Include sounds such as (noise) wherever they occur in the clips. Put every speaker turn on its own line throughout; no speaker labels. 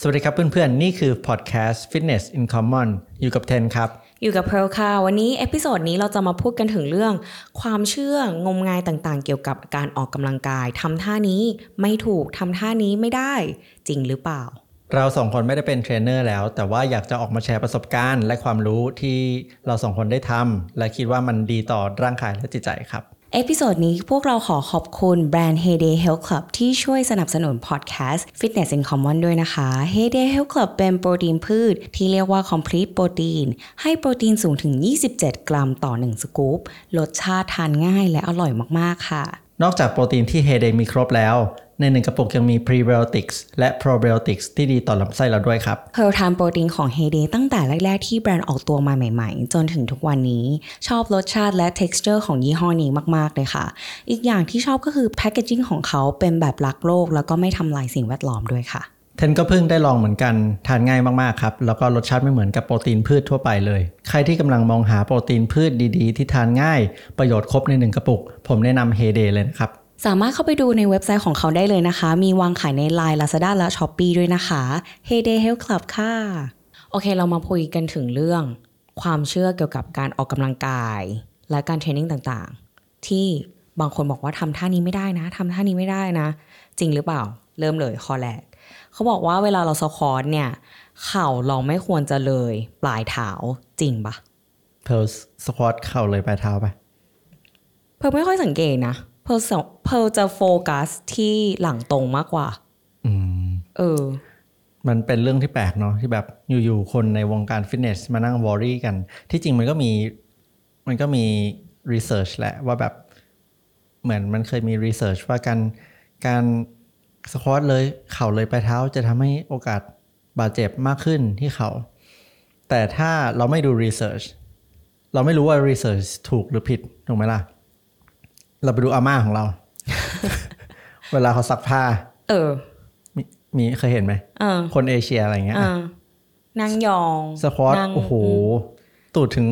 สวัสดีครับเพื่อนๆ นี่คือพอดแคสต์ Fitness in Common อยู่กับเทนครับ
อยู่กับเพลค่ะ วันนี้เอพิโซดนี้เราจะมาพูดกันถึงเรื่อง ความเชื่องมงายต่างๆ เกี่ยวกับการออกกำลังกายทำท่านี้ไม่ถูกทำท่านี้ไม่ได้ จริงหรือเปล่า
เราสองคนไม่ได้เป็นเทรนเนอร์แล้ว แต่ว่าอยากจะออกมาแชร์ประสบการณ์ และความรู้ที่เราสองคนได้ทำและคิดว่ามันดีต่อร่างกายและจิตใจครับ
เอพิโซดนี้พวกเราขอขอบคุณแบรนด์ Heyday Health Club ที่ช่วยสนับสนุนพอดแคสต์ Fitness in Common ด้วยนะคะ Heyday Health Club เป็นโปรตีนพืชที่เรียกว่า Complete Protein ให้โปรตีนสูงถึง 27 กรัมต่อ 1 สกู๊ปรสชาติทานง่ายและอร่อยมากๆค่ะ
นอกจากโปรตีนที่เฮเดมีครบแล้ว ในหนึ่งกระปุกยังมี Prebiotics และ Probiotics ที่ดีต่อลำไส้เราด้วยครับ
เ e อร์ทานโปรตีนของ Heyday ตั้งแต่แรก ๆ ที่แบรนด์ออกตัวมาใหม่ ๆ จนถึงทุกวันนี้ ชอบรสชาติและ texture ของยี่ห้อนี้มาก ๆ เลยค่ะ อีกอย่างที่ชอบก็คือแพคเกจิ้งของเขาเป็นแบบรักโลก แล้วก็ไม่ทำลายสิ่งแวดล้อมด้วยค่ะ
เทนก็เพิ่งได้ลองเหมือนกัน ทานง่ายมากๆครับ แล้วก็รสชาติไม่เหมือนกับโปรตีนพืชทั่วไปเลย ใครที่กำลังมองหาโปรตีนพืชดีๆ ที่ทานง่าย ประโยชน์ครบในหนึ่งกระปุก ผมแนะนำเฮเดเลยนะครับ
สามารถเข้าไปดูในเว็บไซต์ของเขาได้เลยนะคะ มีวางขายใน Line Lazada และ s h o p e e ด้วยนะคะ Heyday Health Club ค่ะ โอเค เรามาพูดกันถึงเรื่อง ความเชื่อเกี่ยวกับการออกกำลังกาย และการเทรนนิ่งต่างๆ ที่บางคนบอกว่าทำท่านี้ไม่ได้นะทำท่านี้ไม่ได้นะ จริงหรือเปล่า เริ่มเลยข้อแรก เขาบอกว่าเวลาเราสควอตเนี่ย เข่าเราไม่ควรจะเลย ปลายเท้าจริงปะ
เพลสควอตเข่าเลยปลายเท้าไป
เพร์ลไม่ค่อยสังเกตนะเพร์ลสเพร์ลจะโฟกัสที่หลังตรงมากกว่า
อืม
เออ
มันเป็นเรื่องที่แปลกเนาะที่แบบอยู่ๆคนในวงการฟิตเนสมานั่งวอรี่กัน ที่จริงมันก็มีมันก็มีรีเสิร์ชแหละว่าแบบ เหมือนมันเคยมีรีเสิร์ชว่าการการสควอตเลยเข่าเลยปลายเท้าจะทำให้โอกาสบาดเจ็บมากขึ้นที่เขา่าแต่ถ้าเราไม่ดูรีเสิร์ชเราไม่รู้ว่ารีเสิร์ชถูกหรือผิดถูกไหมล่ะ เราไปดูอาม่าของเรา (laughs) เวลาเขาซักผ้า
เออ
มีมีเคยเห็นไหม
เออ
คนเอเชียอะไรเงี้ย
เอ
อ่ะ
อนั่งยอง
สควอต
นั่ง
โอ้โห ตูดถึง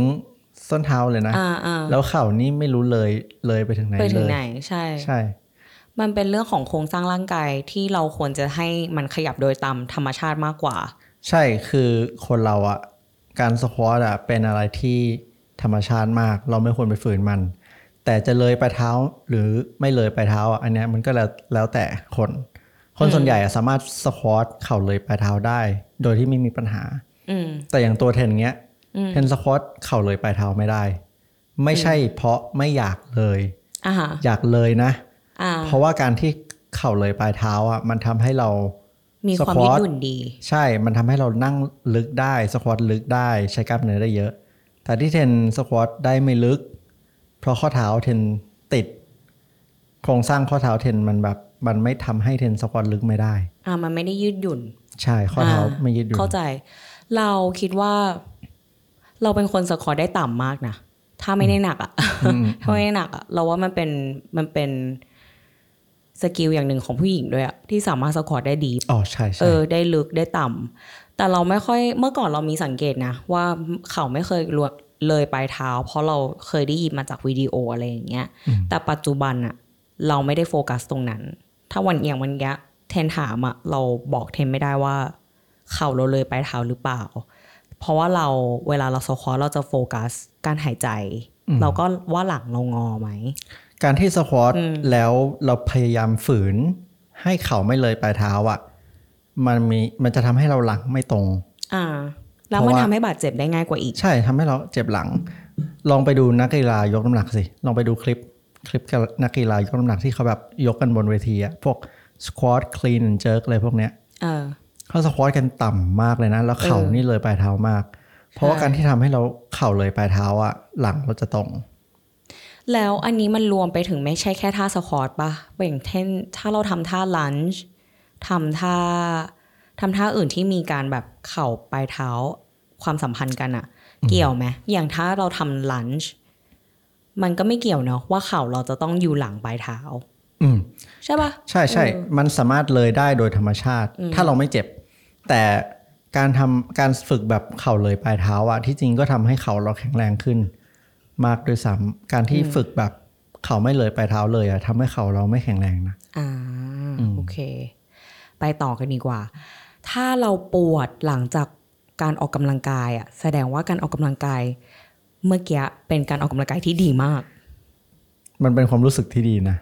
ส้นเท้าเลยนะ
อ่าอ่า
แล้วเข่านี่ไม่รู้เลยเลยไปถึงไหน
ไปถึ
เล
ง
ย
ไหน ใช่
ใช่
มันเป็นเรื่องของโครงสร้างร่างกายที่เราควรจะให้มันขยับโดยตามธรรมชาติมากกว่า
ใช่คือคนเราอะการสควอตอะเป็นอะไรที่ธรรมชาติมาก เราไม่ควรไปฝืนมัน แต่จะเลยไปลายเท้าหรือไม่เลยไปลายเท้าอะอันเนี้ยมันก็แล้วแล้วแต่คน คนส่วนใหญ่อะสามารถสควอตเข่าเลยปลายเท้าได้ โดยที่ไม่มีปัญหา
อืม
แต่อย่างตัวเทนเงี้ย
อืม
เทนสควอตเข่าเลยปลายเท้าไม่ได้ ไม่ใช่เพราะไม่อยากเลย
อ่าฮะ
อยากเลยนะ
อ่า
เพราะว่าการที่เข่าเลยปลายเท้าอ่ะมันทำให้เรา
มีความยืด
squat
หยุ่นดี
ใช่ มันทำให้เรานั่งลึกได้สควอตลึกได้ใช้กล้ามเนื้อได้เยอะ แต่ที่เทนสควอตได้ไม่ลึก เพราะข้อเท้าเทนติด โครงสร้างข้อเท้าเทนมันแบบมันไม่ทำให้เทนสควอตลึกไม่ได้
อ่า มันไม่ได้ยืดหยุ่น
ใช่ข้อเท้า
อ่า
ไม่ยืดหยุ่น
เข้าใจ เราคิดว่า เราเป็นคนสะคอได้ต่ำมากนะ ถ้าไม่ได้หนักอะ
อืม
ถ้าไม่ได้หนักอะเราว่ามันเป็นมันเป็นสกิลอย่างหนึ่งของผู้หญิงด้วยอะที่สามารถสะคอได้ดี
อ๋อใช่
เอ
ใช่
อได้ลึกได้ต่ำแต่เราไม่ค่อยเมื่อก่อนเรามีสังเกตนะ ว่าเขาไม่เคยลวดเลยปลายเท้า เพราะเราเคยได้ยินมาจากวิดีโออะไรอย่างเงี้ยแต่ปัจจุบันอะเราไม่ได้โฟกัสตรงนั้น ถ้าวันอย่างวันเนี้ยเทนถามอะเราบอกเทนไม่ได้ว่า เข่าเราเลยปลายเท้าหรือเปล่า เพราะว่าเราเวลาเราสควอตเราจะโฟกัสการหายใจ เราก็ว่าหลังเรางอไหม
การที่สควอตแล้วเราพยายามฝืน ให้เข่าไม่เลยปลายเท้าอ่ะ มันมีมันจะทำให้เราหลังไม่ตรง
อ่า แล้ว
เพ
มัน
ราะว่า
ทำให้บาดเจ็บได้ง่ายกว่าอีก
ใช่ทำให้เราเจ็บหลัง ลองไปดูนักกีฬายกน้ำหนักสิ ลองไปดูคลิป คลิปกับนักกีฬายกน้ำหนักที่เขาแบบยกกันบนเวทีอะพวกสควอตคลีนเจิร์กอะไรพวกเนี้ย
เออ
เขาสควอตกันต่ำมากเลยนะ แล้วเข่า
เออ
นี่เลยปลายเท้ามาก เพราะว่า
ใช่
การที่ทำให้เราเข่าเลยปลายเท้าอะหลังเราจะตรง
แล้วอันนี้มันรวมไปถึงไม่ใช่แค่ท่าสควอตปะอย่างเช่นถ้าเราทำท่าลันช์ทำท่าทำท่าอื่นที่มีการแบบเข่าปลายเท้าความสัมพันธ์กันอะเกี่ยวไหมอย่างถ้าเราทำลันช์มันก็ไม่เกี่ยวเนาะว่าเข่าเราจะต้องอยู่หลังปลายเท้า
อืม
ใช่ปะ
ใช่ใช่มันสามารถเลยได้โดยธรรมชาติ ถ้าเราไม่เจ็บ แต่การทำการฝึกแบบเข่าเลยปลายเท้าอะที่จริงก็ทำให้เข่าเราแข็งแรงขึ้น มากด้วยซ้ำการที่ฝึกแบบเข่าไม่เลยปลายเท้าเลยอะทำให้เข่าเราไม่แข็งแรงนะ
อ่าโอเค ไปต่อกันดีกว่า ถ้าเราปวดหลังจากการออกกำลังกายอะแสดงว่าการออกกำลังกาย เมื่อกี้เป็นการออกกำลังกายที่ดีมาก
มันเป็นความรู้สึกที่ดี (laughs) นะ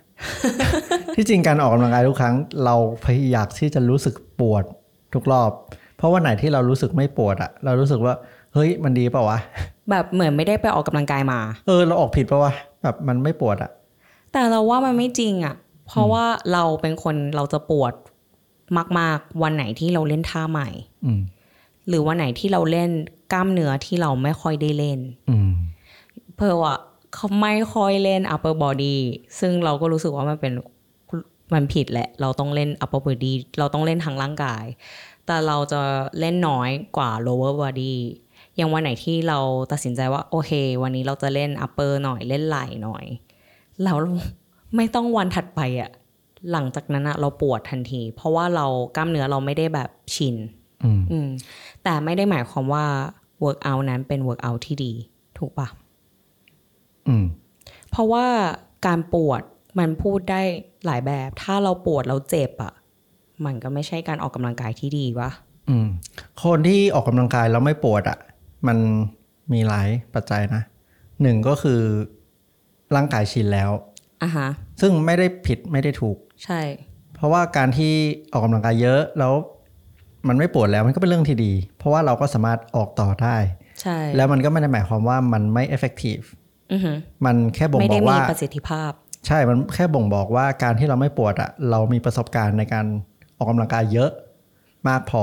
ที่จริงการออกกำลังกายทุกครั้ง เราพยายามที่จะรู้สึกปวดทุกรอบ เพราะว่าไหนที่เรารู้สึกไม่ปวดอะเรารู้สึกว่าเฮ้ยมันดีเปล่าวะ
แบบเหมือนไม่ได้ไปออกกำลังกายมา
เออเราออกผิดเปล่าวะแบบมันไม่ปวดอะ
แต่เราว่ามันไม่จริงอะเพราะว่าเราเป็นคนเราจะปวดมากๆ วันไหนที่เราเล่นท่าใหม่
อืม
หรือวันไหนที่เราเล่นกล้ามเนื้อที่เราไม่ค่อยได้เล่น
อืม
เพอว่าเขาไม่ค่อยเล่น upper body ซึ่งเราก็รู้สึกว่ามันเป็นมันผิดแหละ เราต้องเล่น upper body เราต้องเล่นทางร่างกาย แต่เราจะเล่นน้อยกว่า lower body อย่างวันไหนที่เราตัดสินใจว่าโอเค วันนี้เราจะเล่น upper หน่อยเล่นไหล่หน่อยแล้วไม่ต้องวันถัดไปอะหลังจากนั้นอะเราปวดทันที เพราะว่าเรากล้ามเนื้อเราไม่ได้แบบชิน
อืม
อืมแต่ไม่ได้หมายความว่า workout นั้นเป็น workout ที่ดีถูกปะ
อืม
เพราะว่าการปวดมันพูดได้หลายแบบ ถ้าเราปวดเราเจ็บอะ่ะ มันก็ไม่ใช่การออกกำลังกายที่ดีวะ
อืม คนที่ออกกำลังกายแล้วไม่ปวดอะ่ะ มันมีหลายปัจจัยนะหนึ่งก็คือร่างกายชินแล้ว
อ่ะฮะ
ซึ่งไม่ได้ผิดไม่ได้ถูก
ใช่
เพราะว่าการที่ออกกำลังกายเยอะแล้ว มันไม่ปวดแล้วมันก็เป็นเรื่องที่ดี เพราะว่าเราก็สามารถออกต่อได้
ใช่
แล้วมันก็ไม่ได้หมายความว่ามันไม่ effective
อือหือ
มันแค่บ่ง
ไม่
บ
ได้
อก
มี
ว่า
ประสิทธิภาพ
ใช่ มันแค่บ่งบอกว่าการที่เราไม่ปวดอะเรามีประสบการณ์ในการออกกำลังกายเยอะมากพอ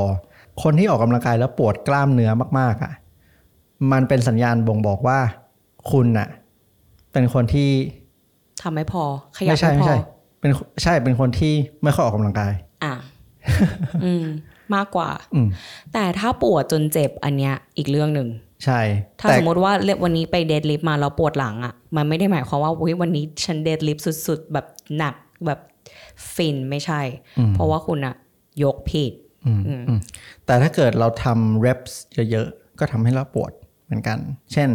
คนที่ออกกำลังกายแล้วปวดกล้ามเนื้อมากๆอะมันเป็นสัญญาณบ่งบอกว่าคุณอะเป็นคนที่
ทำไม่พอ ขยับ
ไม่ใช่
ไม่พ
ไม่
อ
ใช่ เป็นใช่เป็นคนที่ไม่ค่อยออกกำลังกาย (laughs)
อ่ะ อืม มากกว่า
อืม
แต่ถ้าปวดจนเจ็บอันเนี้ยอีกเรื่องหนึ่ง
ใช่
ถ้า
แต่
สมมติว่าเรียกวันนี้ไปเดดลิฟต์มาแล้วปวดหลังอะ่ะ มันไม่ได้หมายความว่าอุ๊ยวันนี้ฉันเดดลิฟต์สุด ๆ แบบหนักแบบฟินไม่ใช่
อืม
เพราะว่าคุณอะยกผิด
อืม
อืม
อืมแต่ถ้าเกิดเราทำ reps เยอะๆ ก็ทำให้เราปวดเหมือนกัน เช่น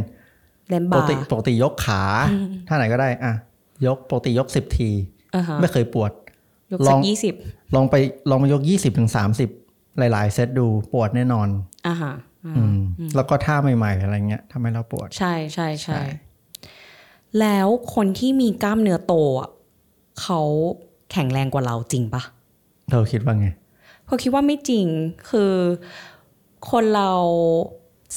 เล่น
ปก
บา
ติ
ร์
ปกติยกขา ท่าไหนก็ได้อ่ะยกปกติยกสิบที
อ่าฮะ
ไม่เคยปวด
ยก
ล
สั
อก ง
ยี่สิบ
ลองไปลองมายก 20-30ถึง30 หลาย ๆ เซตดูปวดแน่นอน
อ่าฮะอ่า
อืม แล้วก็ท่าใหม่ ๆ อะไรเงี้ยทำให้เราปวด
ใช่ใช่ใช่
ใช่
แล้วคนที่มีกล้ามเนื้อโตอะเขาแข็งแรงกว่าเราจริงปะ
เธอคิดว่าไง
เขาคิดว่าไม่จริง คือคนเรา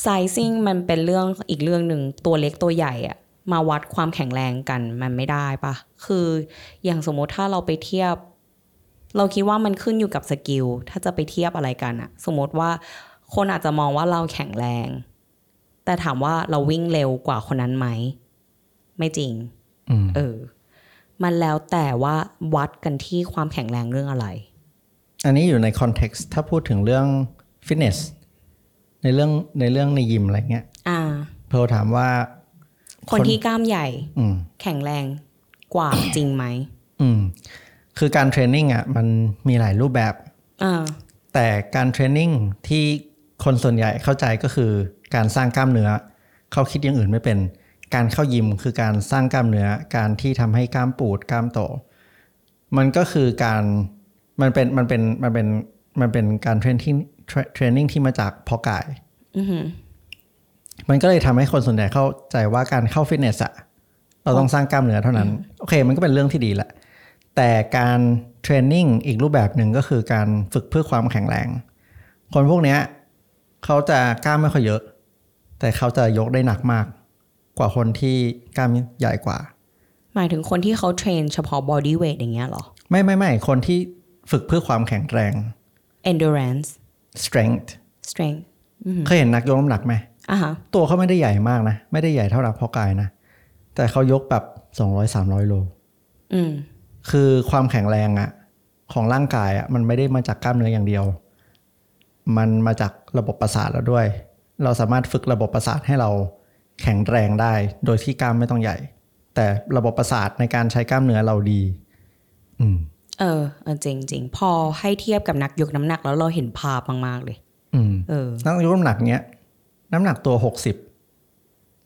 sizing มันเป็นเรื่องอีกเรื่องหนึ่งตัวเล็กตัวใหญ่อะมาวัดความแข็งแรงกันมันไม่ได้ปะคืออย่างสมมติถ้าเราไปเทียบ เราคิดว่ามันขึ้นอยู่กับสกิล ถ้าจะไปเทียบอะไรกันอะสมมติว่าคนอาจจะมองว่าเราแข็งแรง แต่ถามว่าเราวิ่งเร็วกว่าคนนั้นไหม ไม่จริง
อืม
เออ มันแล้วแต่ว่าวัดกันที่ความแข็งแรงเรื่องอะไร
อันนี้อยู่ในคอนเท็กซ์ถ้าพูดถึงเรื่องฟิตเนสในเรื่องในเรื่องในยิมอะไรเงี้ย
อ่า
เธอถามว่า
คน
คน
ที่กล้ามใหญ่
อืม
แข็งแรงกว่า จริงไหม
อืม คือการเทรนนิ่งอ่ะมันมีหลายรูปแบบ
อ่า
แต่การเทรนนิ่งที่คนส่วนใหญ่เข้าใจก็คือการสร้างกล้ามเนื้อ เขาคิดอย่างอื่นไม่เป็น การเข้ายิมคือการสร้างกล้ามเนื้อ การที่ทำให้กล้ามปูดกล้ามโต มันก็คือการมันเป็นมันเป็นมันเป็นมันเป็นการเทรนที่เทรนนิ่งที่มาจากเพอกาย
อือหือ
มันก็เลยทำให้คนส่วนใหญ่เข้าใจว่าการเข้าฟิตเนสอะเราต้องสร้างกล้ามเนื้อเท่านั้น โอเค มันก็เป็นเรื่องที่ดีแหละ แต่การเทรนนิ่งอีกรูปแบบหนึ่งก็คือการฝึกเพื่อความแข็งแรง คนพวกเนี้ยเขาจะกล้ามไม่ค่อยเยอะ แต่เขาจะยกได้หนักมาก กว่าคนที่กล้ามใหญ่กว่า
หมายถึงคนที่เขาเทรนเฉพาะ body weight อย่างเงี้ยเหรอ
ไม่ไม่ไม่คนที่ฝึกเพื่อความแข็งแรง
endurance
strength
strength
เคยเห็นนักยกน้ำหนักไหม
อ่ะฮะ
ตัวเขาไม่ได้ใหญ่มากนะ ไม่ได้ใหญ่เท่านักเพอกายนะ แต่เขายกแบบ200-300โล
อืม
คือความแข็งแรงอะของร่างกายอะมันไม่ได้มาจากกล้ามเนื้ออย่างเดียว มันมาจากระบบประสาทเราด้วย เราสามารถฝึกระบบประสาทให้เราแข็งแรงได้ โดยที่กล้ามไม่ต้องใหญ่ แต่ระบบประสาทในการใช้กล้ามเนื้อเราดี อืม
เออเออจริงจริงพอให้เทียบกับนักยกน้ำหนักแล้วเราเห็นภาพมาก ๆ เลย
อืม
เออ
นักยกน้ำหนักเนี้ย น้ำหนักตัวหกสิบ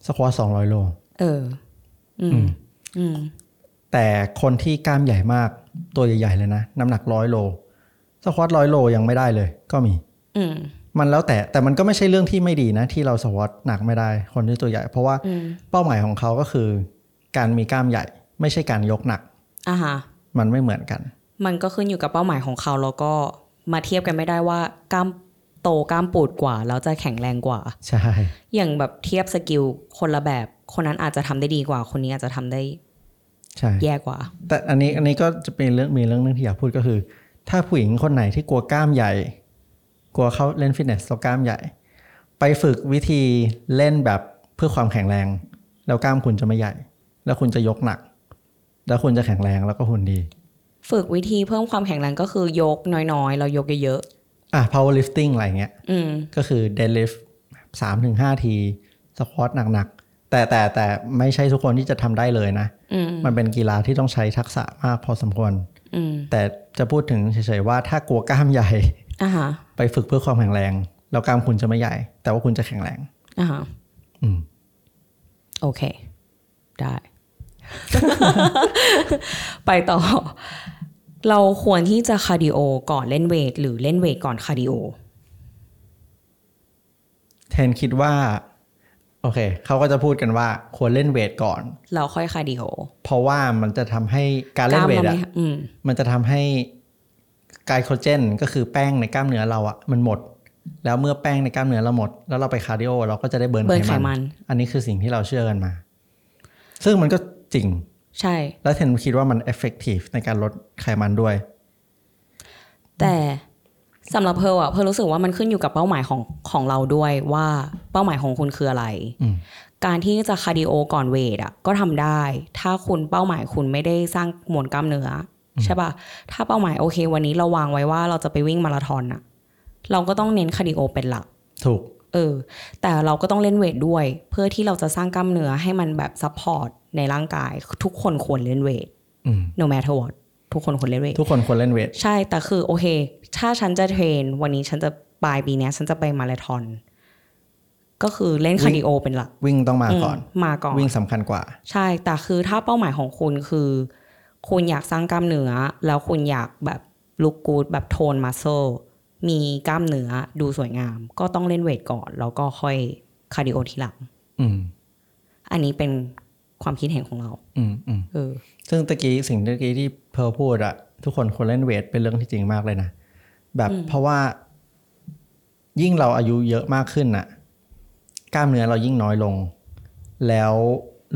สควอตสองร้อยโล
เออ อืม อืม
แต่คนที่กล้ามใหญ่มากตัวใหญ่ๆเลยนะ น้ำหนักร้อยโล สควอตร้อยโลยังไม่ได้เลย ก็มี
อืม
มันแล้วแต่แต่มันก็ไม่ใช่เรื่องที่ไม่ดีนะ ที่เราสวอตหนักไม่ได้คนที่ตัวใหญ่ เพราะว่า
อืม
เป้าหมายของเขาก็คือ การมีกล้ามใหญ่ ไม่ใช่การยกหนัก
อ่าฮะ
มันไม่เหมือนกัน
มันก็ขึ้นอยู่กับเป้าหมายของเขาแล้วก็มาเทียบกันไม่ได้ว่ากล้ามโตกล้ามปูดกว่าแล้วจะแข็งแรงกว่า
ใช่
อย่างแบบเทียบสกิลคนละแบบ คนนั้นอาจจะทำได้ดีกว่า คนนี้อาจจะทำได้
ใช่
แย่กว่า
แต่อันนี้อันนี้ก็จะเป็นเรื่องมีเรื่องหนึงที่อยากพูดก็คือ ถ้าผู้หญิงคนไหนที่กลัวกล้ามใหญ่ กลัวเขาเล่นฟิตเนสแล้วกล้ามใหญ่ ไปฝึกวิธีเล่นแบบเพื่อความแข็งแรง แล้วกล้ามคุณจะไม่ใหญ่ แล้วคุณจะยกหนัก แล้วคุณจะแข็งแรงแล้วก็หุ่นดี
ฝึกวิธีเพิ่มความแข็งแรงก็คือยกน้อยๆ เรายกเยอะ
อ่ะ powerlifting อะไรเงี้ย
ๆอืม
ก็คือ deadlift สามถึงห้าทีสควอตหนักๆ แต่แต่แต่ไม่ใช่ทุกคนที่จะทำได้เลยนะ
อืม
มันเป็นกีฬาที่ต้องใช้ทักษะมากพอสมควร
อืม
แต่จะพูดถึงเฉยๆว่าถ้ากลัวกล้ามใหญ่ (laughs)
อ่าฮะ
ไปฝึกเพื่อความแข็งแรง แล้วกล้ามคุณจะไม่ใหญ่ แต่ว่าคุณจะแข็งแรง
อ่าฮะ
อืม
โอเค ได้ (laughs) ไปต่อ เราควรที่จะคาร์ดิโอก่อนเล่นเวท หรือเล่นเวทก่อนคาร์ดิโอ
แทนคิดว่า โอเค เขาก็จะพูดกันว่าควรเล่นเวทก่อน
เราค่อยคาร์ดิโอ
เพราะว่ามันจะทำให้การเล่นเวท
ไม่
อะ
อืม
มันจะทำให้ไกลโคเจนก็คือแป้งในกล้ามเนื้อเราอะมันหมด แล้วเมื่อแป้งในกล้ามเนื้อเราหมด แล้วเราไปคาร์ดิโอเราก็จะได้เบิร์น
เบิร์น
ไข
ไขมั
มัน
น
อันนี้คือสิ่งที่เราเชื่อกันมา ซึ่งมันก็จริง
ใช่
แล้วเทนคิดว่ามันเอฟเฟกตีฟในการลดไขมันด้วย
แต่สำหรับเพร์ลอะเพร์ลรู้สึกว่ามันขึ้นอยู่กับเป้าหมายของของเราด้วยว่าเป้าหมายของคุณคืออะไร
อืม
การที่จะคาร์ดิโอก่อนเวทอะก็ทำได้ ถ้าคุณเป้าหมายคุณไม่ได้สร้างมวลกล้ามเนื้ออใช่ป่ะ ถ้าเป้าหมายโอเค วันนี้เราวางไว้ว่าเราจะไปวิ่งมาราธอนอะเราก็ต้องเน้นคาร์ดิโอเป็นหลัก
ถูก
เออ แต่เราก็ต้องเล่นเวทด้วย เพื่อที่เราจะสร้างกล้ามเนื้อให้มันแบบซัพพอร์ตในร่างกาย ทุกคนควรเล่นเวท
อืม
no matter what ทุกคนควรเล่นเวท
ทุกคนควรเล่นเวท
ใช่ แต่คือโอเค ถ้าฉันจะเทรน วันนี้ฉันจะปลายปีเนี้ย ฉันจะไปมาราธอน ก็คือเล่นคาร์ดิโอเป็นหลัก
วิ่งต้องมาก่อน
มมาก่อน
วิ่งสำคัญกว่า
ใช่ แต่คือถ้าเป้าหมายของคุณคือ คุณอยากสร้างกล้ามเนื้อ แล้วคุณอยากแบบลุกกูดแบบโทนมัสเซลมีกล้ามเนื้อดูสวยงาม ก็ต้องเล่นเวทก่อน แล้วก็ค่อยคาร์ดิโอทีหลัง
อืม
อันนี้เป็นความคิดเห็นของเรา
อืมอืม
เออ
ซึ่งตะกี้สิ่งตะกี้ที่เพร์ลพูดอะทุกคนควรเล่นเวทเป็นเรื่องที่จริงมากเลยนะ แบบเพราะว่า ยิ่งเราอายุเยอะมากขึ้นอะกล้ามเนื้อเรายิ่งน้อยลง แล้ว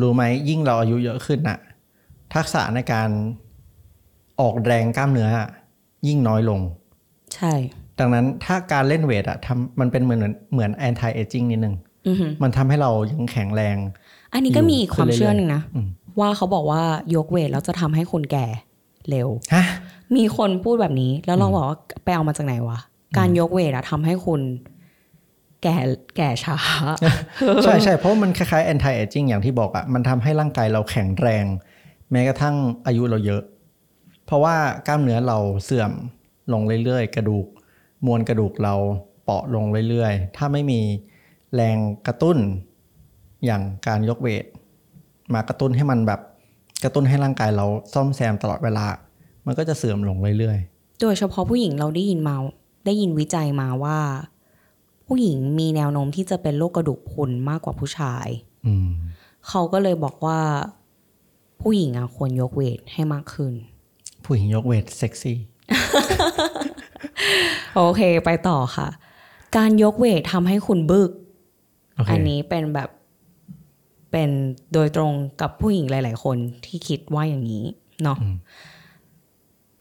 รู้ไหมยิ่งเราอายุเยอะขึ้นอะทักษะในการออกแรงกล้ามเนื้ออะยิ่งน้อยลง
ใช่
ดังนั้นถ้าการเล่นเวทอะทำมันเป็นเหมือนเหมือนแอนตี้เอจิ้งนิดนึง
อือหือ
มันทำให้เรายังแข็งแรง
อันนี้ก็มีอีกความเชื่อหนึ่งนะ
อืม
ว่าเขาบอกว่ายกเวทแล้วจะทำให้คนแก่เร็ว
ฮะ
มีคนพูดแบบนี้ แล้วเราบอกว่าไปเอามาจากไหนวะ การยกเวทอะทำให้คุณแก่แก่ (laughs) ช้า
ใช่ใช่เพราะมันคล้ายๆ anti aging อย่างที่บอกอะ่ะมันทำให้ร่างกายเราแข็งแรง แม้กระทั่งอายุเราเยอะ เพราะว่ากล้ามเนื้อเราเสื่อมลงเรื่อยๆ กระดูก มวลกระดูกเราเปราะลงเรื่อยๆ ถ้าไม่มีแรงกระตุ้นอย่างการยกเวท มากระตุ้นให้มันแบบกระตุ้นให้ร่างกายเราซ่อมแซมตลอดเวลา มันก็จะเสื่อมลงเรื่อย
โดยเฉพาะผู้หญิงเราได้ยินมาได้ยินวิจัยมาว่า ผู้หญิงมีแนวโน้มที่จะเป็นโรคกระดูกพรุนมากกว่าผู้ชาย
ๆ อืม
เขาก็เลยบอกว่า ผู้หญิงอะควรยกเวทให้มากขึ้น
ผู้หญิงยกเวทเซ็กซี่
โอเคไปต่อค่ะ การยกเวททำให้คุณบึก
โอเค
อันนี้เป็นแบบเป็นโดยตรงกับผู้หญิงหลาย ๆ คนที่คิดว่าอย่างนี้เนาะ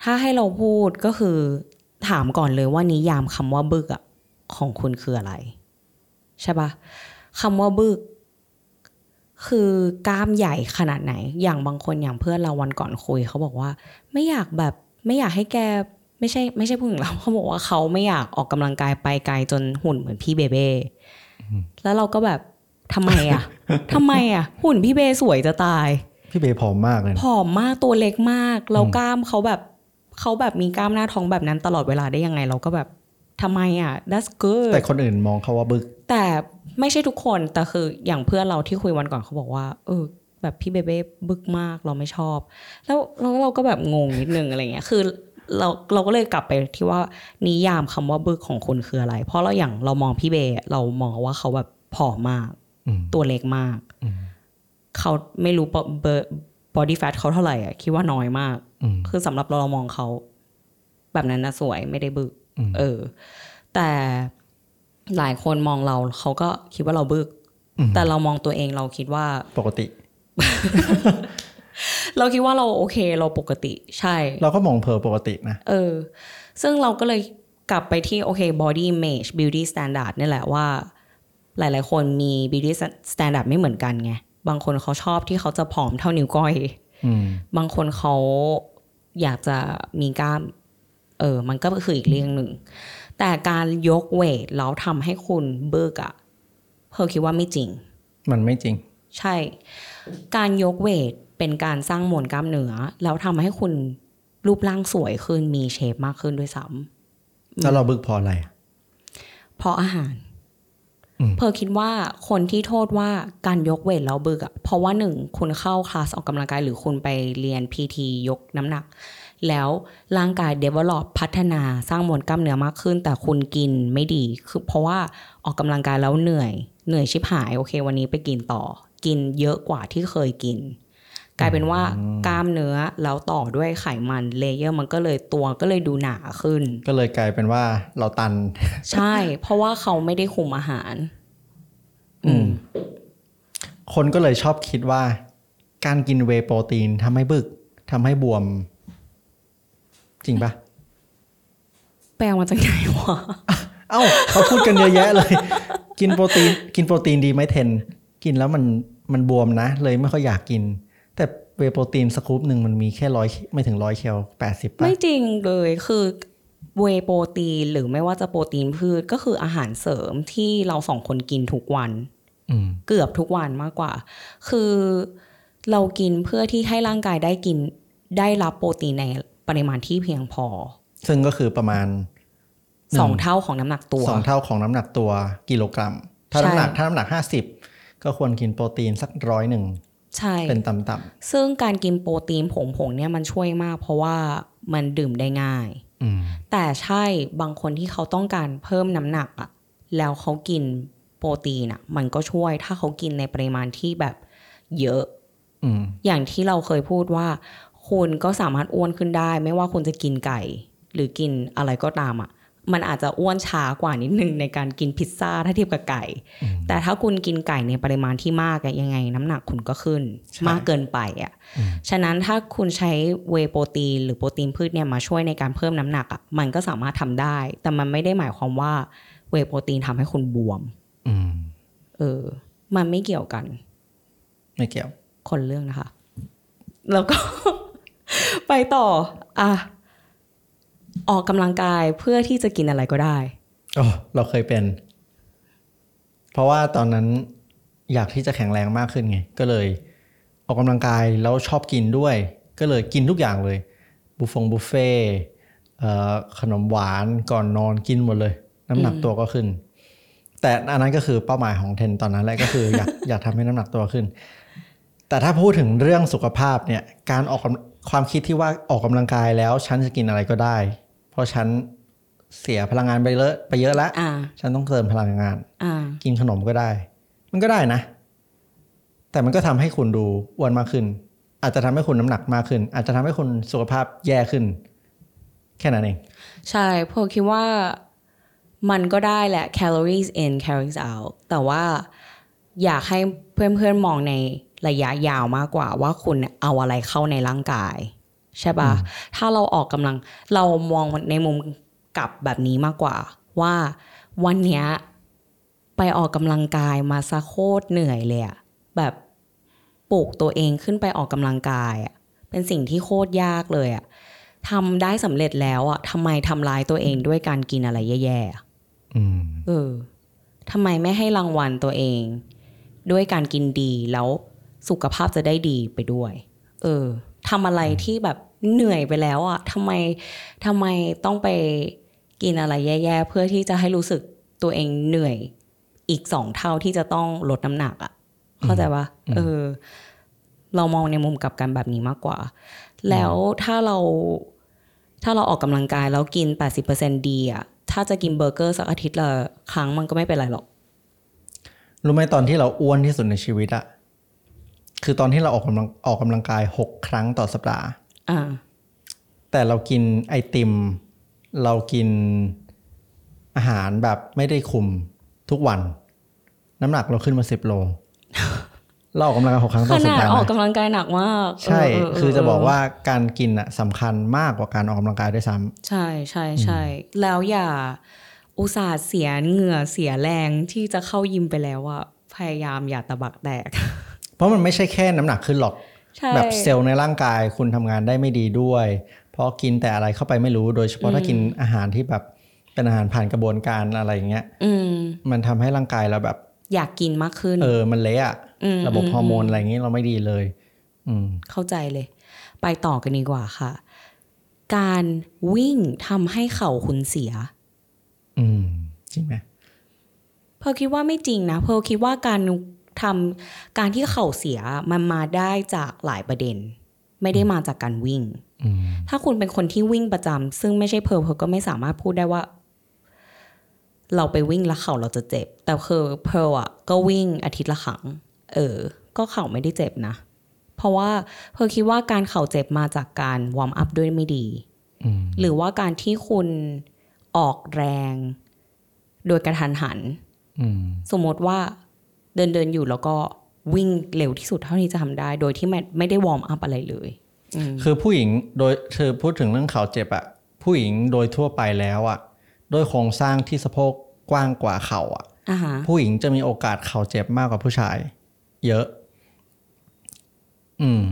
ถ้าให้เราพูดก็คือถามก่อนเลยว่านิยามคำว่าบึกอะของคุณคืออะไร ใช่ปะคำว่าบึก คือกล้ามใหญ่ขนาดไหน อย่างบางคนอย่างเพื่อนเราวันก่อนคุย เขาบอกว่า ไม่อยากแบบไม่อยากให้แกไม่ใช่ ไม่ใช่ผู้หญิงเรา เขาบอกว่าเขาไม่อยากออกกำลังกายไปไกลจนหุ่นเหมือนพี่เบเบ้ แล้วเราก็แบบทำไม
(laughs)
อ่ะ ทำไมอ่ะ หุ่นพี่เบสวยจะตาย
พี่เบย์ผอมมากเลย
ผ
นะ
อมมากตัวเล็กมาก แล้วกล้ามเขาแบบเขาแบบมีกล้ามหน้าท้องแบบนั้นตลอดเวลาได้ยังไง เราก็แบบทำไมอ่ะ that's good
แต่คนอื่นมองเขาว่าบึก
แต่ไม่ใช่ทุกคนแต่คืออย่างเพื่อนเราที่คุยวันก่อนเขาบอกว่า เออ แบบพี่เบเบ้บึกมากเราไม่ชอบ แล้วแล้วเราก็แบบงงนิดนึงอะไรเงี้ย คือ เราเราก็เลยกลับไปที่ว่านิยามคำว่าบึกของคุณคืออะไร เพราะเราอย่างเรามองพี่เบย์เรามองว่าเขาแบบผอมมาก
อืม
ตัวเล็กมาก
อืม
เขาไม่รู้ปะเบอร์บอดี้แฟทเขาเท่าไหร่อ่ะ คิดว่าน้อยมาก
อืม
คือสำหรับเราเรามองเขา แบบนั้นนะสวยไม่ได้บึก
อืม
เออ แต่หลายคนมองเราเขาก็คิดว่าเราบึก
อืม
แต่เรามองตัวเองเราคิดว่า
ปกติ
เราคิดว่าเราโอเคเราปกติใช่
เราก็มองเพอปกตินะ
เออ ซึ่งเราก็เลยกลับไปที่โอเค body image beauty standard นี่แหละว่า หลายๆ คนมี beauty standard ไม่เหมือนกันไง บางคนเขาชอบที่เขาจะผอมเท่านิ้วก้อย
อืม
บางคนเขาอยากจะมีกล้าม เออ มันก็คืออีกเรื่องหนึ่ง แต่การยกเวทแล้วทำให้คุณเบิกอะเพอคิดว่าไม่จริง
มันไม่จริง
ใช่ การยกเวทเป็นการสร้างมวลกล้ามเนื้อแล้วทำให้คุณรูปร่างสวยขึ้นมีเชฟมากขึ้นด้วยซ้
แล้วเราบึกเพออะไร
ำเพราะอาหาร
อืม
เพอคิดว่าคนที่โทษว่าการยกเวทแล้วเบึกอะเพราะว่าหนึ่งคุณเข้าคลาสออกกำลังกายหรือคุณไปเรียน PT ยกน้ำหนัก แล้วร่างกาย develop พัฒนาสร้างมวลกล้ามเนื้อมากขึ้น แต่คุณกินไม่ดีคือเพราะว่าออกกำลังกายแล้วเหนื่อย เหนื่อยชิบหาย โอเค วันนี้ไปกินต่อ กินเยอะกว่าที่เคยกิน กลายเป็นว่ากล้ามเนื้อแล้วต่อด้วยไขมันเลเยอร์มันก็เลยตัวก็เลยดูหนาขึ้น
ก็เลยกลายเป็นว่าเราตัน
ใช่ เพราะว่าเขาไม่ได้คุมอาหาร
อืม คนก็เลยชอบคิดว่า การกินเวย์โปรตีนทำให้บึกทำให้บวม จริงปะ
แปลมาจากไหนวะ
เอ้าเขาพูดกันเยอะแยะ (laughs) เลย กินโปรตีน กินโปรตีนดีไหมเทน กินแล้วมันมันบวมนะ เลยไม่ค่อยอยากกิน แต่เวย์โปรตีนสกู๊ปหนึ่งมันมีแค่ร้อยไม่ถึงร้อยแคลแปดสิบป่ะ
ไม่จริงเลยคือเวย์โปรตีนหรือไม่ว่าจะโปรตีนพืชก็คืออาหารเสริมที่เราสองคนกินทุกวัน
อืม
เกือบทุกวันมากกว่า คือเรากินเพื่อที่ให้ร่างกายได้กินได้รับโปรตีนในปริมาณที่เพียงพอ
ซึ่งก็คือประมาณ
สองเท่าของน้ำหนักตัว
สองเท่าของน้ำหนักตัวกิโลกรัม ถ้า
ใช่
น้ำหนักถ้าน้ำหนักห้าสิบก็ควรกินโปรตีนสักร้อยหนึ่ง
ใช่
เป็นต่ำ
ซึ่งการกินโปรตีนผงผงเนี่ยมันช่วยมาก เพราะว่ามันดื่มได้ง่าย
ๆอืม
แต่ใช่บางคนที่เขาต้องการเพิ่มน้ำหนักอะแล้วเขากินโปรตีนอะมันก็ช่วยถ้าเขากินในปริมาณที่แบบเยอะ
อืม
อย่างที่เราเคยพูดว่า คุณก็สามารถอ้วนขึ้นได้ ไม่ว่าคุณจะกินไก่ หรือกินอะไรก็ตามอะมันอาจจะอ้วนช้ากว่านิดนึงในการกินพิซซ่าถ้าเทียบกับไก่
อืม
แต่ถ้าคุณกินไก่ในปริมาณที่มากอะยังไง น้ำหนักคุณก็ขึ้น
ใช่
มากเกินไปอะ ฉะนั้นถ้าคุณใช้เวย์โปรตีนหรือโปรตีนพืชเนี่ยมาช่วยในการเพิ่มน้ำหนักอ่ะมันก็สามารถทำได้ แต่มันไม่ได้หมายความว่าเวย์โปรตีนทำให้คุณบวม
อืม
เออ มันไม่เกี่ยวกัน
ไม่เกี่ยว
คนเรื่องนะคะ แล้วก็ (laughs) ไปต่อ อ่ะ ออกกำลังกายเพื่อที่จะกินอะไรก็ได้
โอ้เราเคยเป็น เพราะว่าตอนนั้นอยากที่จะแข็งแรงมากขึ้นไง ก็เลย ออกกำลังกายแล้วชอบกินด้วย ก็เลยกินทุกอย่างเลย บุฟเฟงบุฟเฟ่ต์เอ่อขนมหวานก่อนนอนกินหมดเลย น้ำหนักตัวก็ขึ้น แต่อันนั้นก็คือเป้าหมายของเทนตอนนั้นแหละก็คืออยาก (laughs) อยากทำให้น้ำหนักตัวขึ้น แต่ถ้าพูดถึงเรื่องสุขภาพเนี่ย การออกกำความคิดที่ว่าออกกำลังกายแล้ว ฉันจะกินอะไรก็ได้ เพราะฉันเสียพลังงานไปเลอะไปเยอะแล้ว
อ่า
ฉันต้องเติมพลังงาน
อ่า
กินขนมก็ได้ มันก็ได้นะ แต่มันก็ทำให้คุณดูอ้วนมากขึ้น อาจจะทำให้คุณน้ำหนักมากขึ้น อาจจะทำให้คุณสุขภาพแย่ขึ้น แค่นั้นเอง
ใช่เพราะคิดว่ามันก็ได้แหละ calories in calories out แต่ว่าอยากให้เพื่อนๆมองในระยะยาวมากกว่าว่าคุณเอาอะไรเข้าในร่างกาย ใช่ปะ่ะ ถ้าเราออกกำลังเรามองในมุมกลับแบบนี้มากกว่า ว่าวันเนี้ยไปออกกำลังกายมาซะโคตรเหนื่อยเลยอะแบบปลูกตัวเองขึ้นไปออกกำลังกายอะเป็นสิ่งที่โคตรยากเลยอะ ทำได้สำเร็จแล้วอ่ะทำไมทำร้ายตัวเองด้วยการกินอะไรแย่ๆอะ
อืม
เออทำไมไม่ให้รางวัลตัวเอง ด้วยการกินดีแล้วสุขภาพจะได้ดีไปด้วย เออทำอะไรที่แบบเหนื่อยไปแล้วอ่ะทำไมทำไมต้องไปกินอะไรแย่ๆ เพื่อที่จะให้รู้สึกตัวเองเหนื่อยอีกสองเท่าที่จะต้องลดน้ำหนักอ่ะ เข้าใจปะเออ เรามองในมุมกลับกันแบบนี้มากกว่า แล้วถ้าเรา ถ้าเราออกกำลังกายแล้วกิน 80%ดีอะถ้าจะกินเบอร์เกอร์สักอาทิตย์ละครั้งมันก็ไม่เป็นไรหรอก
รู้ไหมตอนที่เราอ้วนที่สุดในชีวิตอะคือตอนที่เราออกกำลังออกกำลังกายหกครั้งต่อสัปดาห์
อ่า
แต่เรากินไอติม เรากินอาหารแบบไม่ได้คุมทุกวัน น้ำหนักเราขึ้นมาสิบโล เราออกกำลังกายหกครั้ง
ข
ต่อสัป
นาด
ดาห์
ออก
นะ
กำลังกายหนักมาก
ใช่
เเเ
คือจะบอกว่าการกินอะสำคัญมากกว่าการออกกำลังกายด้วยซ้
ใช่ใช่ใช่แล้วอย่า อุตส่าห์เสียเหงื่อเสียแรงที่จะเข้ายิมไปแล้วอะพยายามอย่าตะบักแตก (laughs)
ำเพราะมันไม่ใช่แค่น้ำหนักขึ้นหรอก
ใช่
แบบเซลล์ในร่างกายคุณทำงานได้ไม่ดีด้วย เพราะกินแต่อะไรเข้าไปไม่รู้โดยเฉพาะถ้ากินอาหารที่แบบเป็นอาหารผ่านกระบวนการอะไรอย่างเงี้ย
อืม
มันทำให้ร่างกายเราแบบ
อยากกินมากขึ้น
เออมันเละอะ
อืม
ระบบฮอร์โมนอะไรอย่างงี้เราไม่ดีเลย อืม
เข้าใจเลย ไปต่อกันดีกว่าค่ะ การวิ่งทำให้เข่าคุณเสีย
อืม จริงไหม
เพอคิดว่าไม่จริงนะเพอคิดว่าการทำการที่เข่าเสียมันมาได้จากหลายประเด็น ไม่ได้มาจากการวิ่ง
อืม
ถ้าคุณเป็นคนที่วิ่งประจำซึ่งไม่ใช่เพอเพอก็ไม่สามารถพูดได้ว่า เราไปวิ่งแล้วเข่าเราจะเจ็บ แต่คือเพออ่ะ ก็วิ่งอาทิตย์ละครั้งเออ ก็เข่าไม่ได้เจ็บนะ เพราะว่าเพอคิดว่าการเข่าเจ็บมาจากการวอร์มอัพด้วยไม่ดี
อืม
หรือว่าการที่คุณออกแรง โดยกระทันหัน
อืม
สมมติว่าเดินเดินๆอยู่แล้วก็วิ่งเร็วที่สุดเท่าที่จะทำได้ โดยที่ไม่ไม่ได้วอร์มอัพอะไรเลย อืม
คือผู้หญิงโดยเธอพูดถึงเรื่องเข่าเจ็บอะผู้หญิงโดยทั่วไปแล้วอะด้วยโครงสร้างที่สะโพกกว้างกว่าเข่าอะ
อ่าฮะ
ผู้หญิงจะมีโอกาสเข่าเจ็บมากกว่าผู้ชาย เยอะ อืม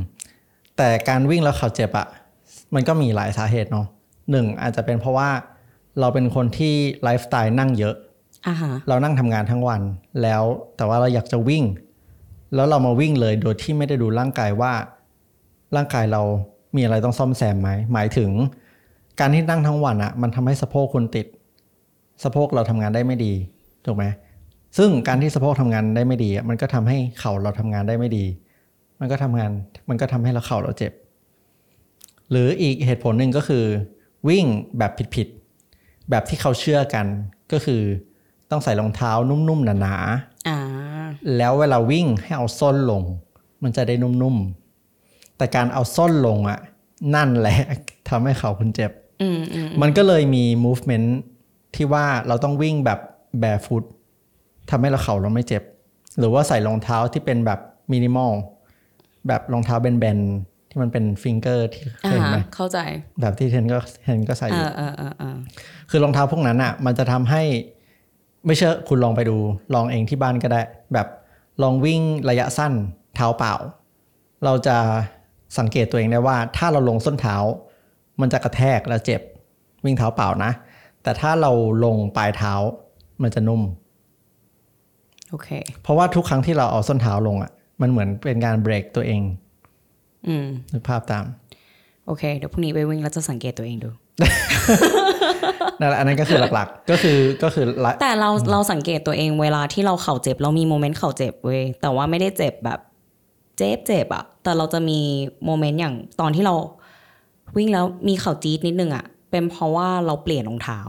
แต่การวิ่งแล้วเข่าเจ็บอะมันก็มีหลายสาเหตุเนาะหนึ่งอาจจะเป็นเพราะว่าเราเป็นคนที่ไลฟ์สไตล์นั่งเยอะ
อ่าฮะ
เรานั่งทำงานทั้งวันแล้วแต่ว่าเราอยากจะวิ่ง แล้วเรามาวิ่งเลยโดยที่ไม่ได้ดูร่างกายว่า ร่างกายเรามีอะไรต้องซ่อมแซมไหมหมายถึง การที่นั่งทั้งวันอะ่ะ มันทำให้สะโพกคุณติด สะโพกเราทำงานได้ไม่ดีถูกไหมซึ่งการที่สะโพกทำงานได้ไม่ดีอะมันก็ทำให้เข่าเราทำงานได้ไม่ดี มันก็ทำงานมันก็ทำให้เราเข่าเราเจ็บ หรืออีกเหตุผลหนึ่งก็คือ วิ่งแบบผิดๆแบบที่เขาเชื่อกันก็คือ ต้องใส่รองเท้านุ่มๆหนา
อ่า
ๆแล้วเวลาวิ่งให้เอาส้นลง มันจะได้นุ่มๆ แต่การเอาส้นลงอะนั่นแหละ (laughs) ทำให้เขาคุณเจ็บ
อืมอืม
มันก็เลยมี movement ที่ว่าเราต้องวิ่งแบบ barefoot ทำให้เราเข่าเราไม่เจ็บ หรือว่าใส่รองเท้าที่เป็นแบบ minimal แบบรองเท้าแบนๆ ที่มันเป็น finger ที่เคย
อ่า
เห็นไหม
เข้าใจ
แบบที่เทนก็เทนก็ใส่อ
เอยู่ อเออเออเออ
คือรองเท้าพวกนั้นอ่ะ มันจะทำให้ไม่เชื่อคุณลองไปดู ลองเองที่บ้านก็ได้ แบบลองวิ่งระยะสั้นเท้าเปล่า เราจะสังเกตตัวเองได้ว่า ถ้าเราลงส้นเท้า มันจะกระแทกแล้วเจ็บ วิ่งเท้าเปล่านะ แต่ถ้าเราลงปลายเท้ามันจะนุ่ม
โอเค
เพราะว่าทุกครั้งที่เราเอาส้นเท้าลงอ่ะมันเหมือนเป็นการเบรกตัวเอง
อืม
นึกภาพตาม
โอเค เดี๋ยวพรุ่งนี้ไปวิ่งแล้วจะสังเกตตัวเองดู
นั่นแหละอันนั้นก็คือหลักๆ ก็คือก็คือละ
แต่เราเราสังเกตตัวเองเวลาที่เราเข่าเจ็บ เรามีโมเมนต์เข่าเจ็บเว้ยแต่ว่าไม่ได้เจ็บแบบ เจ็บเจ็บอะแต่เราจะมีโมเมนต์อย่างตอนที่เรา วิ่งแล้วมีเข่าจี๊ดนิดนึงอะเป็นเพราะว่าเราเปลี่ยนรองเท้า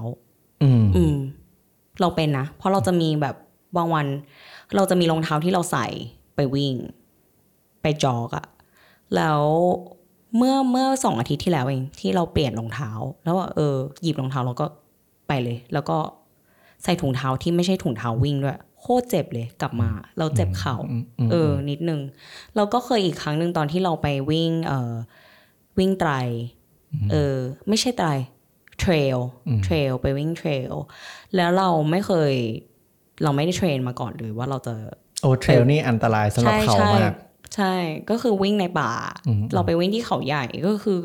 อืม
อืม เราเป็นนะ เพราะเราจะมีแบบบางวัน เราจะมีรองเท้าที่เราใส่ไปวิ่ง ไปจอกอะแล้วเมื่อเมื่อสองอาทิตย์ที่แล้วเองที่เราเปลี่ยนรองเท้า แล้วอะเออหยิบรองเท้าเราก็ไปเลย แล้วก็ใส่ถุงเท้าที่ไม่ใช่ถุงเท้าวิ่งด้วยโคตรเจ็บเลยกลับมา เราเจ็บเข่า
อืมอืม
เออ นิดนึงเราก็เคยอีกครั้งหนึ่งตอนที่เราไปวิ่ง เออวิ่งไตร เออ ไม่ใช่ไตรเทรลเทรลไปวิ่งเทรลแล้วเราไม่เคย เราไม่ได้เทรนมาก่อนเลยว่าเราจะ
โอ้เทรลนี่อันตรายสำหรับเขามาก
ใช่ ก็คือวิ่งในป่า
อืม
เราไปวิ่งที่เขาใหญ่ก็คือ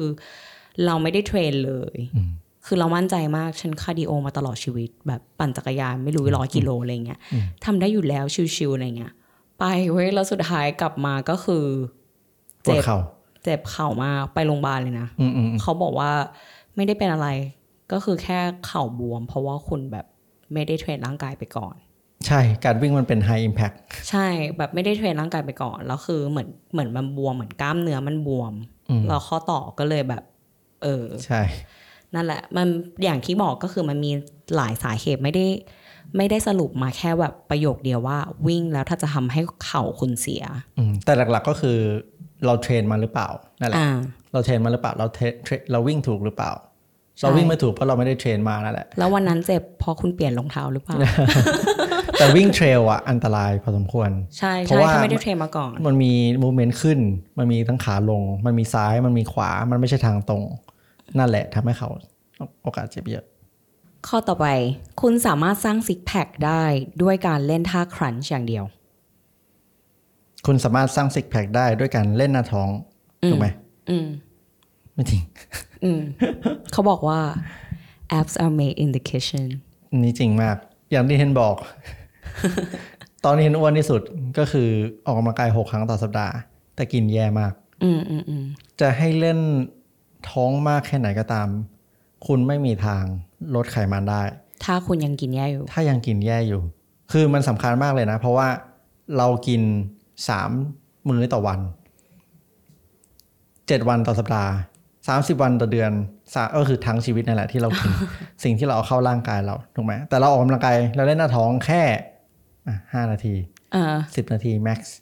เราไม่ได้เทรนเลย
อืม
คือเรามั่นใจมาก ฉันคาร์ดิโอมาตลอดชีวิต แบบปั่นจักรยานไม่รู้ร้อยกิโลอะไรเงี้ยทำได้อยู่แล้วชิวๆอะไรเงี้ย ไปเว้ยแล้วสุดท้ายกลับมาก็คือ
ปวดเข่า
เจ็บเข่ามากไปโรงพยาบาลเลยนะ
อืมอืม
เขาบอกว่าไม่ได้เป็นอะไร ก็คือแค่เข่าบวม เพราะว่าคุณแบบไม่ได้เทรนร่างกายไปก่อน
ใช่การวิ่งมันเป็น high impact
ใช่แบบไม่ได้เทรนร่างกายไปก่อนแล้วคือเหมือนเหมือนมันบวมเหมือนกล้ามเนื้อมันบวม
อืม
แล้วข้อต่อก็เลยแบบ เออ
ใช่
นั่นแหละ มันอย่างที่บอกก็คือมันมีหลายสาเหตุไม่ได้ ไม่ได้สรุปมาแค่แบบประโยคเดียวว่า วิ่งแล้วถ้าจะทำให้เข่าคุณเสีย
อืมแต่หลักๆก็คือเราเทรนมาหรือเปล่านั่นแหละ
อ่า
เราเทรนมาหรือเปล่าเราเทรนเทรนเราวิ่งถูกหรือเปล่า
ใช่
เราวิ่งไม่ถูกเพราะเราไม่ได้เทรนมานั่นแหละ
แล้ววันนั้นเจ็บเพราะคุณเปลี่ยนรองเท้าหรือเปล่า
แต่วิ่งเทรลอ่ะอันตรายพอสมควร
ใช่
เพ
ใช่
ราะว่า
ถ้าไม่ได้เทรนมาก่อน
มันมีมูเมนต์ขึ้น มันมีทั้งขาลง มันมีซ้าย มันมีขวา มันไม่ใช่ทางตรง นั่นแหละทำให้เขาโอกาสเจ็บเยอะ
ข้อต่อไป คุณสามารถสร้างซิกแพคได้ด้วยการเล่นท่าครันช์อย่างเดียว
คุณสามารถสร้างซิกแพคได้ด้วยการเล่นหน้าท้องถูกไหม
อืม
ไม่จริง
อืม เขาบอกว่า abs are made in the kitchen
อันนี่จริงมาก อย่างที่เห็นบอก ตอนที่เห็นอ้วนที่สุดก็คือออกกำลังกายหกครั้งต่อสัปดาห์ แต่กินแย่มาก
อืมอืมอืม
จะให้เล่นท้องมากแค่ไหนก็ตาม คุณไม่มีทางลดไขมันได้
ถ้าคุณยังกินแย่อยู่
ถ้ายังกินแย่อยู่ คือมันสำคัญมากเลยนะ เพราะว่าเรากินสามมื้อต่อวัน เจ็ดวันต่อสัปดาห์สามสิบวันต่อเดือนสาก็คือทั้งชีวิตนั่นแหละที่เรา (laughs) กิน สิ่งที่เราเอาเข้าร่างกายเราถูกไหมแต่เราออกกำลังกายเราเล่นหน้าท้องแค่ห้านาที
เออ
สิบนาทีแม็กซ์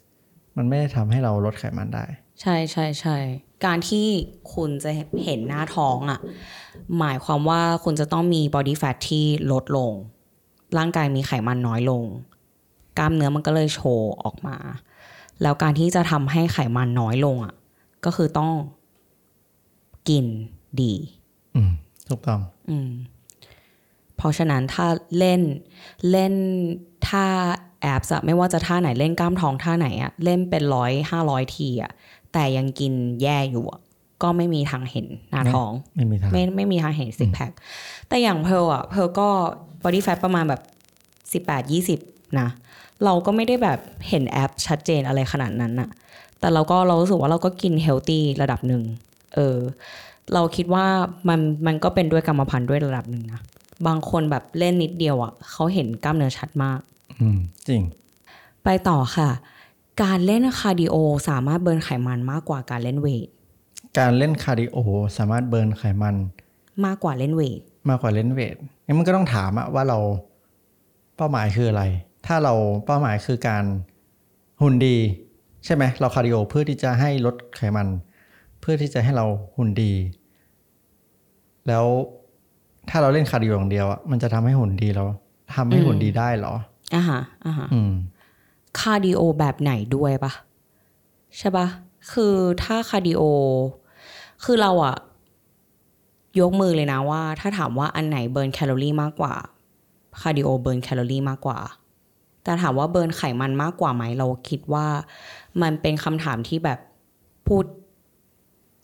มันไม่ได้ทำให้เราลดไขมันได้
ใช่ใช่ใช่ การที่คุณจะเห็นหน้าท้องอะ่ะ หมายความว่าคุณจะต้องมี body fat ที่ลดลง ร่างกายมีไขมันน้อยลง กล้ามเนื้อมันก็เลยโชว์ออกมา แล้วการที่จะทำให้ไขมันน้อยลงอะ่ะ ก็คือต้องกินดี
อืมถูกต้อง
อืม เพราะฉะนั้นถ้าเล่นเล่นท่าแอบอะไม่ว่าจะท่าไหนเล่นกล้ามท้องท่าไหนอะเล่นเป็นร้อยห้าร้อยทีอะแต่ยังกินแย่อยู่อะก็ไม่มีทางเห็นหน้า
ไม่
ท้อง
ไม่มีทาง
ไม่ไม่มีทางเห็นซิกแพคแต่อย่างเพลอะเพลก็บอดี้แฟทประมาณแบบสิบแปดยี่สิบนะ เราก็ไม่ได้แบบเห็นแอปชัดเจนอะไรขนาดนั้นอะแต่เราก็เรารู้สึกว่าเราก็กินเฮลตี้ระดับหนึ่ง เออ เราคิดว่ามันมันก็เป็นด้วยกรรมพันธุ์ด้วยระดับหนึ่งนะ บางคนแบบเล่นนิดเดียวอะเขาเห็นกล้ามเนื้อชัดมาก
อืม จริง
ไปต่อค่ะ การเล่นคาร์ดิโอสามารถเบิร์นไขมันมากกว่าการเล่นเวท
การเล่นคาร์ดิโอสามารถเบิร์นไขมัน
มากกว่าเล่นเวท
มากกว่าเล่นเวทงั้นมันก็ต้องถามอะว่าเราเป้าหมายคืออะไร ถ้าเราเป้าหมายคือการหุ่นดี ใช่ไหม เราคาร์ดิโอเพื่อที่จะให้ลดไขมัน เพื่อที่จะให้เราหุ่นดี แล้วถ้าเราเล่นคาร์ดิโออย่างเดียวอะมันจะทำให้หุ่นดีเราทำให้หุ่นดีได้เหรอ
อ่าฮะอ่าฮะ
อืม
คาร์ดิโอแบบไหนด้วยปะใช่ปะคือถ้าคาร์ดิโอ คือเราอะยกมือเลยนะว่า ถ้าถามว่าอันไหนเบิร์นแคลอรี่มากกว่าคาร์ดิโอเบิร์นแคลอรี่มากกว่า แต่ถามว่าเบิร์นไขมันมากกว่าไหมเราคิดว่ามันเป็นคำถามที่แบบพูด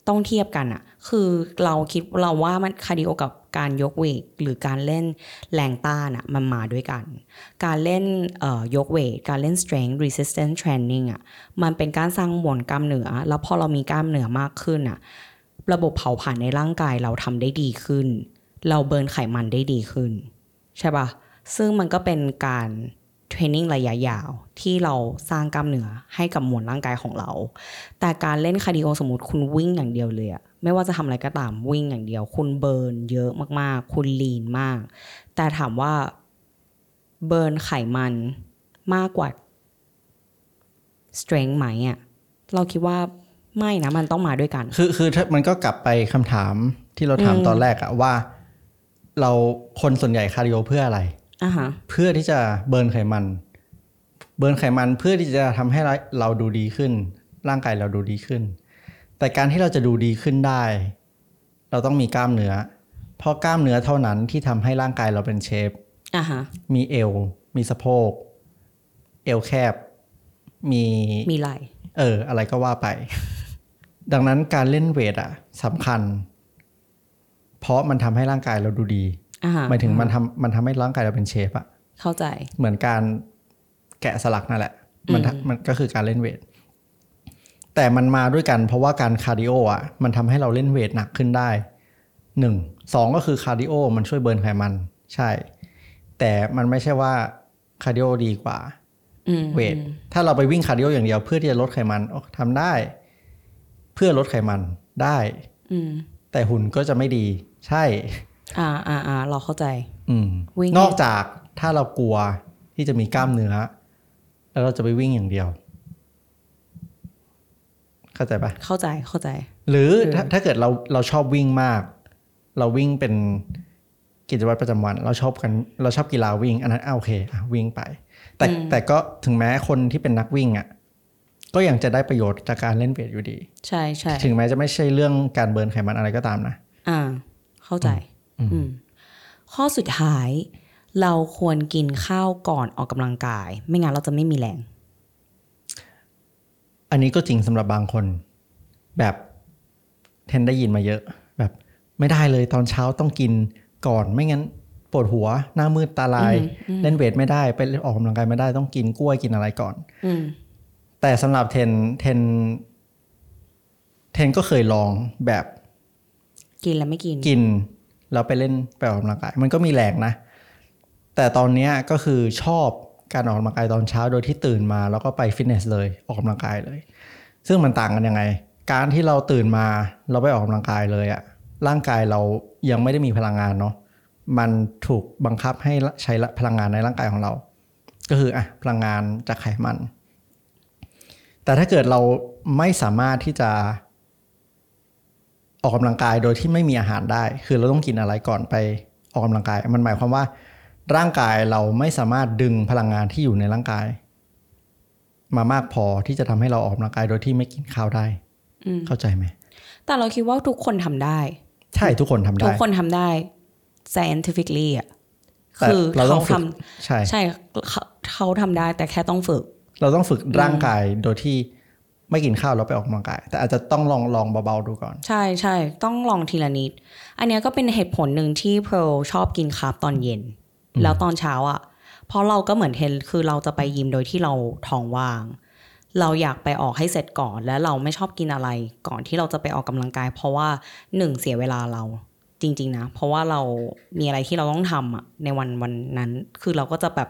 ต้องเทียบกันอะคือเราคิดเราว่ามันคาร์ดิโอกับการยกเวทหรือการเล่นแรงต้านอะมันมาด้วยกัน การเล่นเอ่อยกเวท การเล่น strength resistance training อ่ะ มันเป็นการสร้างมวลกล้ามเนื้อ แล้วพอเรามีกล้ามเนื้อมากขึ้นอ่ะ ระบบเผาผลาญในร่างกายเราทำได้ดีขึ้น เราเบิร์นไขมันได้ดีขึ้น ใช่ปะซึ่งมันก็เป็นการเทรนนิ่งระยะยาวที่เราสร้างกล้ามเนื้อให้กับมวลร่างกายของเรา แต่การเล่นคาร์ดิโอสมมติคุณวิ่งอย่างเดียวเลยอะไม่ว่าจะทำอะไรก็ตามวิ่งอย่างเดียว คุณเบิร์นเยอะมากๆ คุณลีนมาก แต่ถามว่า เบิร์นไขมันมากกว่า strength ไหมอะเราคิดว่าไม่นะ มันต้องมาด้วยกัน
คือคือถ้ามันก็กลับไปคำถามที่เราถาม
อืม
ตอนแรกอะว่า เราคนส่วนใหญ่คาร์ดิโอเพื่ออะไร
อ่ะฮะ
เพื่อที่จะเบิร์นไขมัน เบิร์นไขมันเพื่อที่จะทำให้เราเราดูดีขึ้น ร่างกายเราดูดีขึ้น แต่การที่เราจะดูดีขึ้นได้ เราต้องมีกล้ามเนื้อ เพราะกล้ามเนื้อเท่านั้นที่ทำให้ร่างกายเราเป็นเชฟ
อ่ะฮะ
มีเอว มีสะโพก เอวแคบ มี
มีไหล
เออ อะไรก็ว่าไป ดังนั้นการเล่นเวทอะสำคัญ เพราะมันทำให้ร่างกายเราดูดี
อ่ะฮะ
หมายถึงมันทำมันทำให้ร่างกายเราเป็นเชฟอะ
เข้าใจ
เหมือนการแกะสลักนั่นแหละ มันทะมันก็คือการเล่นเวท แต่มันมาด้วยกันเพราะว่าการคาร์ดิโออ่ะ มันทำให้เราเล่นเวทหนักขึ้นได้หนึ่งสองก็คือคาร์ดิโอมันช่วยเบิร์นไขมัน ใช่ แต่มันไม่ใช่ว่าคาร์ดิโอดีกว่า
อืม
เวท ถ้าเราไปวิ่งคาร์ดิโออย่างเดียวเพื่อที่จะลดไขมันโอ้ทำได้ เพื่อลดไขมันได้
อืม
แต่หุ่นก็จะไม่ดี ใช่
อ่าอ่าอ่าเราเข้าใจ
อืม
วิ่ง
นอกจากถ้าเรากลัวที่จะมีกล้ามเนื้อ แล้วเราจะไปวิ่งอย่างเดียว เข้าใจปะ
เข้าใจเข้าใจ
หรือ
คือ
ถ้าถ้าเกิดเราเราชอบวิ่งมาก เราวิ่งเป็นกิจวัตรประจำวัน เราชอบกันเราชอบกีฬาวิ่ง อันนั้นอ่ะโอเคอ่ะวิ่งไป แต่แต่ก็ถึงแม้คนที่เป็นนักวิ่งอ่ะก็ยังจะได้ประโยชน์จากการเล่นเวทอยู่ดี
ใช่ใช่
ถึงแม้จะไม่ใช่เรื่องการเบิร์นไขมันอะไรก็ตามนะ
อ่า เข้าใจ อืม ข้อสุดท้าย เราควรกินข้าวก่อนออกกำลังกาย ไม่งั้นเราจะไม่มีแรง
อันนี้ก็จริงสำหรับบางคน แบบเทนได้ยินมาเยอะ แบบไม่ได้เลยตอนเช้าต้องกินก่อนไม่งั้นปวดหัวหน้ามืดตาลาย เล่นเวทไม่ได้ไปออกกำลังกายไม่ได้ต้องกินกล้วยกินอะไรก่อน
อืม
แต่สำหรับเทนเทนเทนก็เคยลองแบบ
กินแล้วไม่กิน
กินแล้วไปเล่นไปออกกำลังกาย มันก็มีแรงนะ แต่ตอนเนี้ยก็คือชอบการออกกำลังกายตอนเช้าโดยที่ตื่นมา แล้วก็ไปฟิตเนสเลยออกกำลังกายเลย ซึ่งมันต่างกันยังไง การที่เราตื่นมาเราไปออกกำลังกายเลยอะร่างกายเรายังไม่ได้มีพลังงานเนาะมันถูกบังคับให้ใช้พลังงานในร่างกายของเรา ก็คืออะพลังงานจากไขมัน แต่ถ้าเกิดเราไม่สามารถที่จะออกกำลังกายโดยที่ไม่มีอาหารได้ คือเราต้องกินอะไรก่อนไปออกกำลังกาย มันหมายความว่า ร่างกายเราไม่สามารถดึงพลังงานที่อยู่ในร่างกาย มามากพอที่จะทำให้เราออกกำลังกายโดยที่ไม่กินข้าวได้
อืม
เข้าใจไหม
แต่เราคิดว่าทุกคนทำได้
ใช่ทุกคนทำ
ทุ
ได้
กคนทำได้ scientifically อ่ะ
แต่
คือ
เราต้
เขา
องฝึ
ท
กใช่
ำใช่เขาเขาทำได้แต่แค่ต้องฝึก
เราต้องฝึกร่างกายโดยที่ไม่กินข้าวเราไปออกกำลังกาย แต่อาจจะต้องลองลองเบาๆดูก่อน
ใช่ใช่ต้องลองทีละนิด อันเนี้ยก็เป็นเหตุผลหนึ่งที่เพร์ลชอบกินคาร์บตอนเย็น แล้วตอนเช้าอะ่ะเพราะเราก็เหมือนเทนคือเราจะไปยิมโดยที่เราท้องว่าง เราอยากไปออกให้เสร็จก่อน และเราไม่ชอบกินอะไรก่อนที่เราจะไปออกกำลังกาย เพราะว่าหนึ่งเสียเวลาเราจริง ๆ นะ เพราะว่าเรามีอะไรที่เราต้องทำอะในวันวันนั้น คือเราก็จะแบบ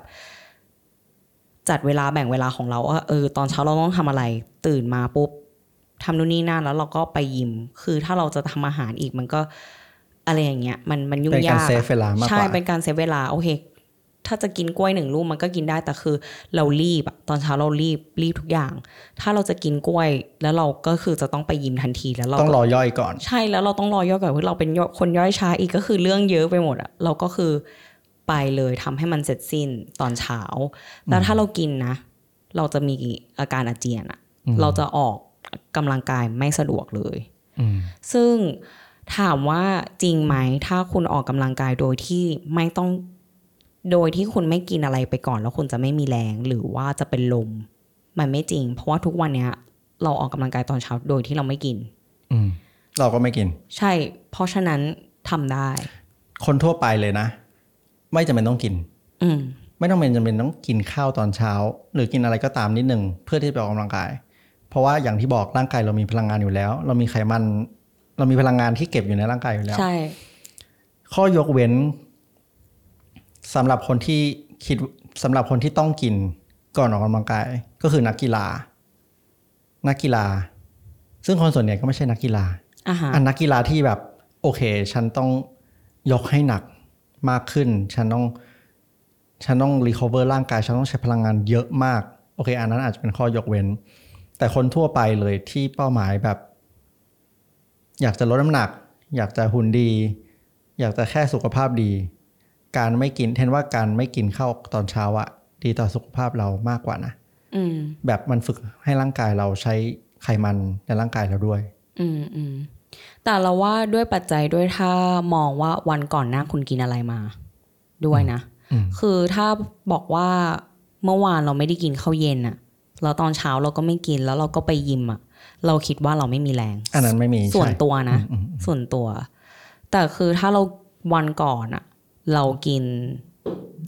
จัดเวลาแบ่งเวลาของเราว่าเออตอนเช้าเราต้องทำอะไร ตื่นมาปุ๊บ ทำนู่นนี่นั่นแล้วเราก็ไปยิม คือถ้าเราจะทำอาหารอีกมันก็อะไรอย่างเงี้ย มันมันยุ่
เป็นกาย
งาร ก
เซฟเวลามากก
ใช่
ว่า
เป็นการเซฟเวลาโอเค ถ้าจะกินกล้วยหนึ่งลูกมันก็กินได้แต่คือ เรารีบอะตอนเช้าเรารีบรีบทุกอย่าง ถ้าเราจะกินกล้วย แล้วเราก็คือจะต้องไปยิมทันทีแล้วเรา
ต้อง
ก็
รอย่อยก่อน
ใช่แล้วเราต้องรอย่อยก่อนเพราะเราเป็นย่อยคนย่อยช้าอีกก็คือเรื่องเยอะไปหมดอะเราก็คือไปเลยทำให้มันเสร็จสิ้นตอนเช้าแล้วถ้าเรากินนะ เราจะมีอาการอาเจียนอะ
อืม
เราจะออกกำลังกายไม่สะดวกเลย
อืม
ซึ่งถามว่าจริงไหมถ้าคุณออกกำลังกายโดยที่ไม่ต้องโดยที่คุณไม่กินอะไรไปก่อน แล้วคุณจะไม่มีแรงหรือว่าจะเป็นลม มันไม่จริง เพราะว่าทุกวันเนี้ย เราออกกำลังกายตอนเช้าโดยที่เราไม่กิน
อืม เราก็ไม่กิน
ใช่ เพราะฉะนั้นทำได้
คนทั่วไปเลยนะ ไม่จำเป็นต้องกิน
อืม
ไม่ต้องเป็นจำเป็นต้องกินข้าวตอนเช้า หรือกินอะไรก็ตามนิดหนึ่งเพื่อที่จะไปออกกำลังกาย เพราะว่าอย่างที่บอกร่างกายเรามีพลังงานอยู่แล้ว เรามีไขมัน เรามีพลังงานที่เก็บอยู่ในร่างกายอยู่แล้ว
ใช่
ข้อยกเว้นสำหรับคนที่คิดสำหรับคนที่ต้องกินก่อนออกกำลังกาย ก็คือนักกีฬา นักกีฬา ซึ่งคนส่วนใหญ่ก็ไม่ใช่นักกีฬา
อาหาร
อันนักกีฬาที่แบบโอเค ฉันต้องยกให้หนักมากขึ้น ฉันต้อง ฉันต้องรีคอเวอร์ร่างกาย ฉันต้องใช้พลังงานเยอะมาก โอเค อันนั้นอาจจะเป็นข้อยกเว้น แต่คนทั่วไปเลยที่เป้าหมายแบบ อยากจะลดน้ำหนัก อยากจะหุ่นดี อยากจะแค่สุขภาพดี การไม่กินเทนว่าการไม่กินข้าวตอนเช้าอะดีต่อสุขภาพเรามากกว่านะ
อืม
แบบมันฝึกให้ร่างกายเราใช้ไขมันในร่างกายเราด้วย
อืมอืมแต่เราว่าด้วยปัจจัยด้วยถ้ามองว่าวันก่อนหน้าคุณกินอะไรมา ด้วยนะ
อืม
คือถ้าบอกว่าเมื่อวานเราไม่ได้กินข้าวเย็นอะแล้วตอนเช้าเราก็ไม่กินแล้วเราก็ไปยิมอะเราคิดว่าเราไม่มีแรง
อันนั้นไม่มี
ส่วน
ใช่
ตัวนะ
อืมอืมอืม
ส่วนตัว แต่คือถ้าเราวันก่อนอะเรากิน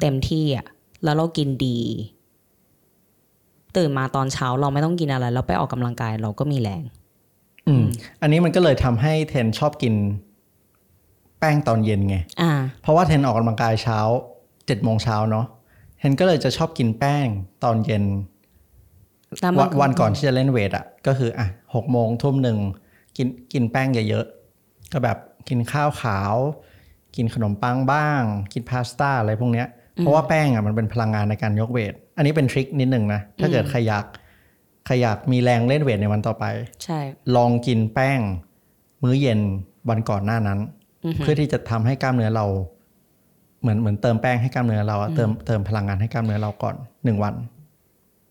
เต็มที่อะแล้วเรากินดี ตื่นมาตอนเช้าเราไม่ต้องกินอะไร แล้วไปออกกำลังกายเราก็มีแรง
อืมอันนี้มันก็เลยทำให้เทนชอบกินแป้งตอนเย็นไง
อ่า
เพราะว่าเทนออกกำลังกายเช้าเจ็ดโมงเช้าเนาะเทนก็เลยจะชอบกินแป้งตอนเย็น
แล้วมั
วัน น
ก็
วันก่อนที่จะเล่นเวทอะ่ะ ก็คืออ่ะหกโมงทุ่มหนึ่งกินกินแป้งเยอะๆก็แบบ กินข้าวขาว กินขนมปังบ้าง กินพาสต้าอะไรพวกเนี้ยเพราะว่าแป้งอ่ะมันเป็นพลังงานในการยกเวท อันนี้เป็นทริคนิดหนึ่งนะ ถ้าเกิดใครอยากใครอยากมีแรงเล่นเวทในวันต่อไป
ใช่
ลองกินแป้ง มื้อเย็นวันก่อนหน้านั้น
อือฮึ
เพื่อที่จะทำให้กล้ามเนื้อเรา เหมือนเหมือนเติมแป้งให้กล้ามเนื้อเราอะเติมเติมพลังงานให้กล้ามเนื้อเราก่อนหนึ่งวัน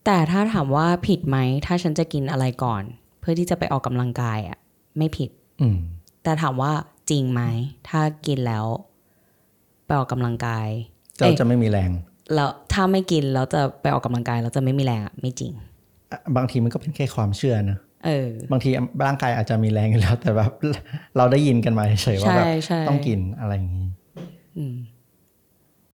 แต่ถ้าถามว่าผิดไหม ถ้าฉันจะกินอะไรก่อน เพื่อที่จะไปออกกำลังกายอะไม่ผิด
อืม
แต่ถามว่าจริงไหม ถ้ากินแล้วไปออกกำลังกาย
เรา
เอ๊ะ
จะไม่มีแรง
แล้วถ้าไม่กินแล้วจะไปออกกำลังกายแล้วจะไม่มีแรงอะไม่จริง
อ่ะบางทีมันก็เป็นแค่ความเชื่อนะ
เออ
บางทีร่างกายอาจจะมี (laughs) แรงอยู่แล้ว แต่แบบ เราได้ยินกันมาเฉยๆว่า
ใช่
แบบ
ใช่
ต้องกินอะไรอย่างนี้
อืม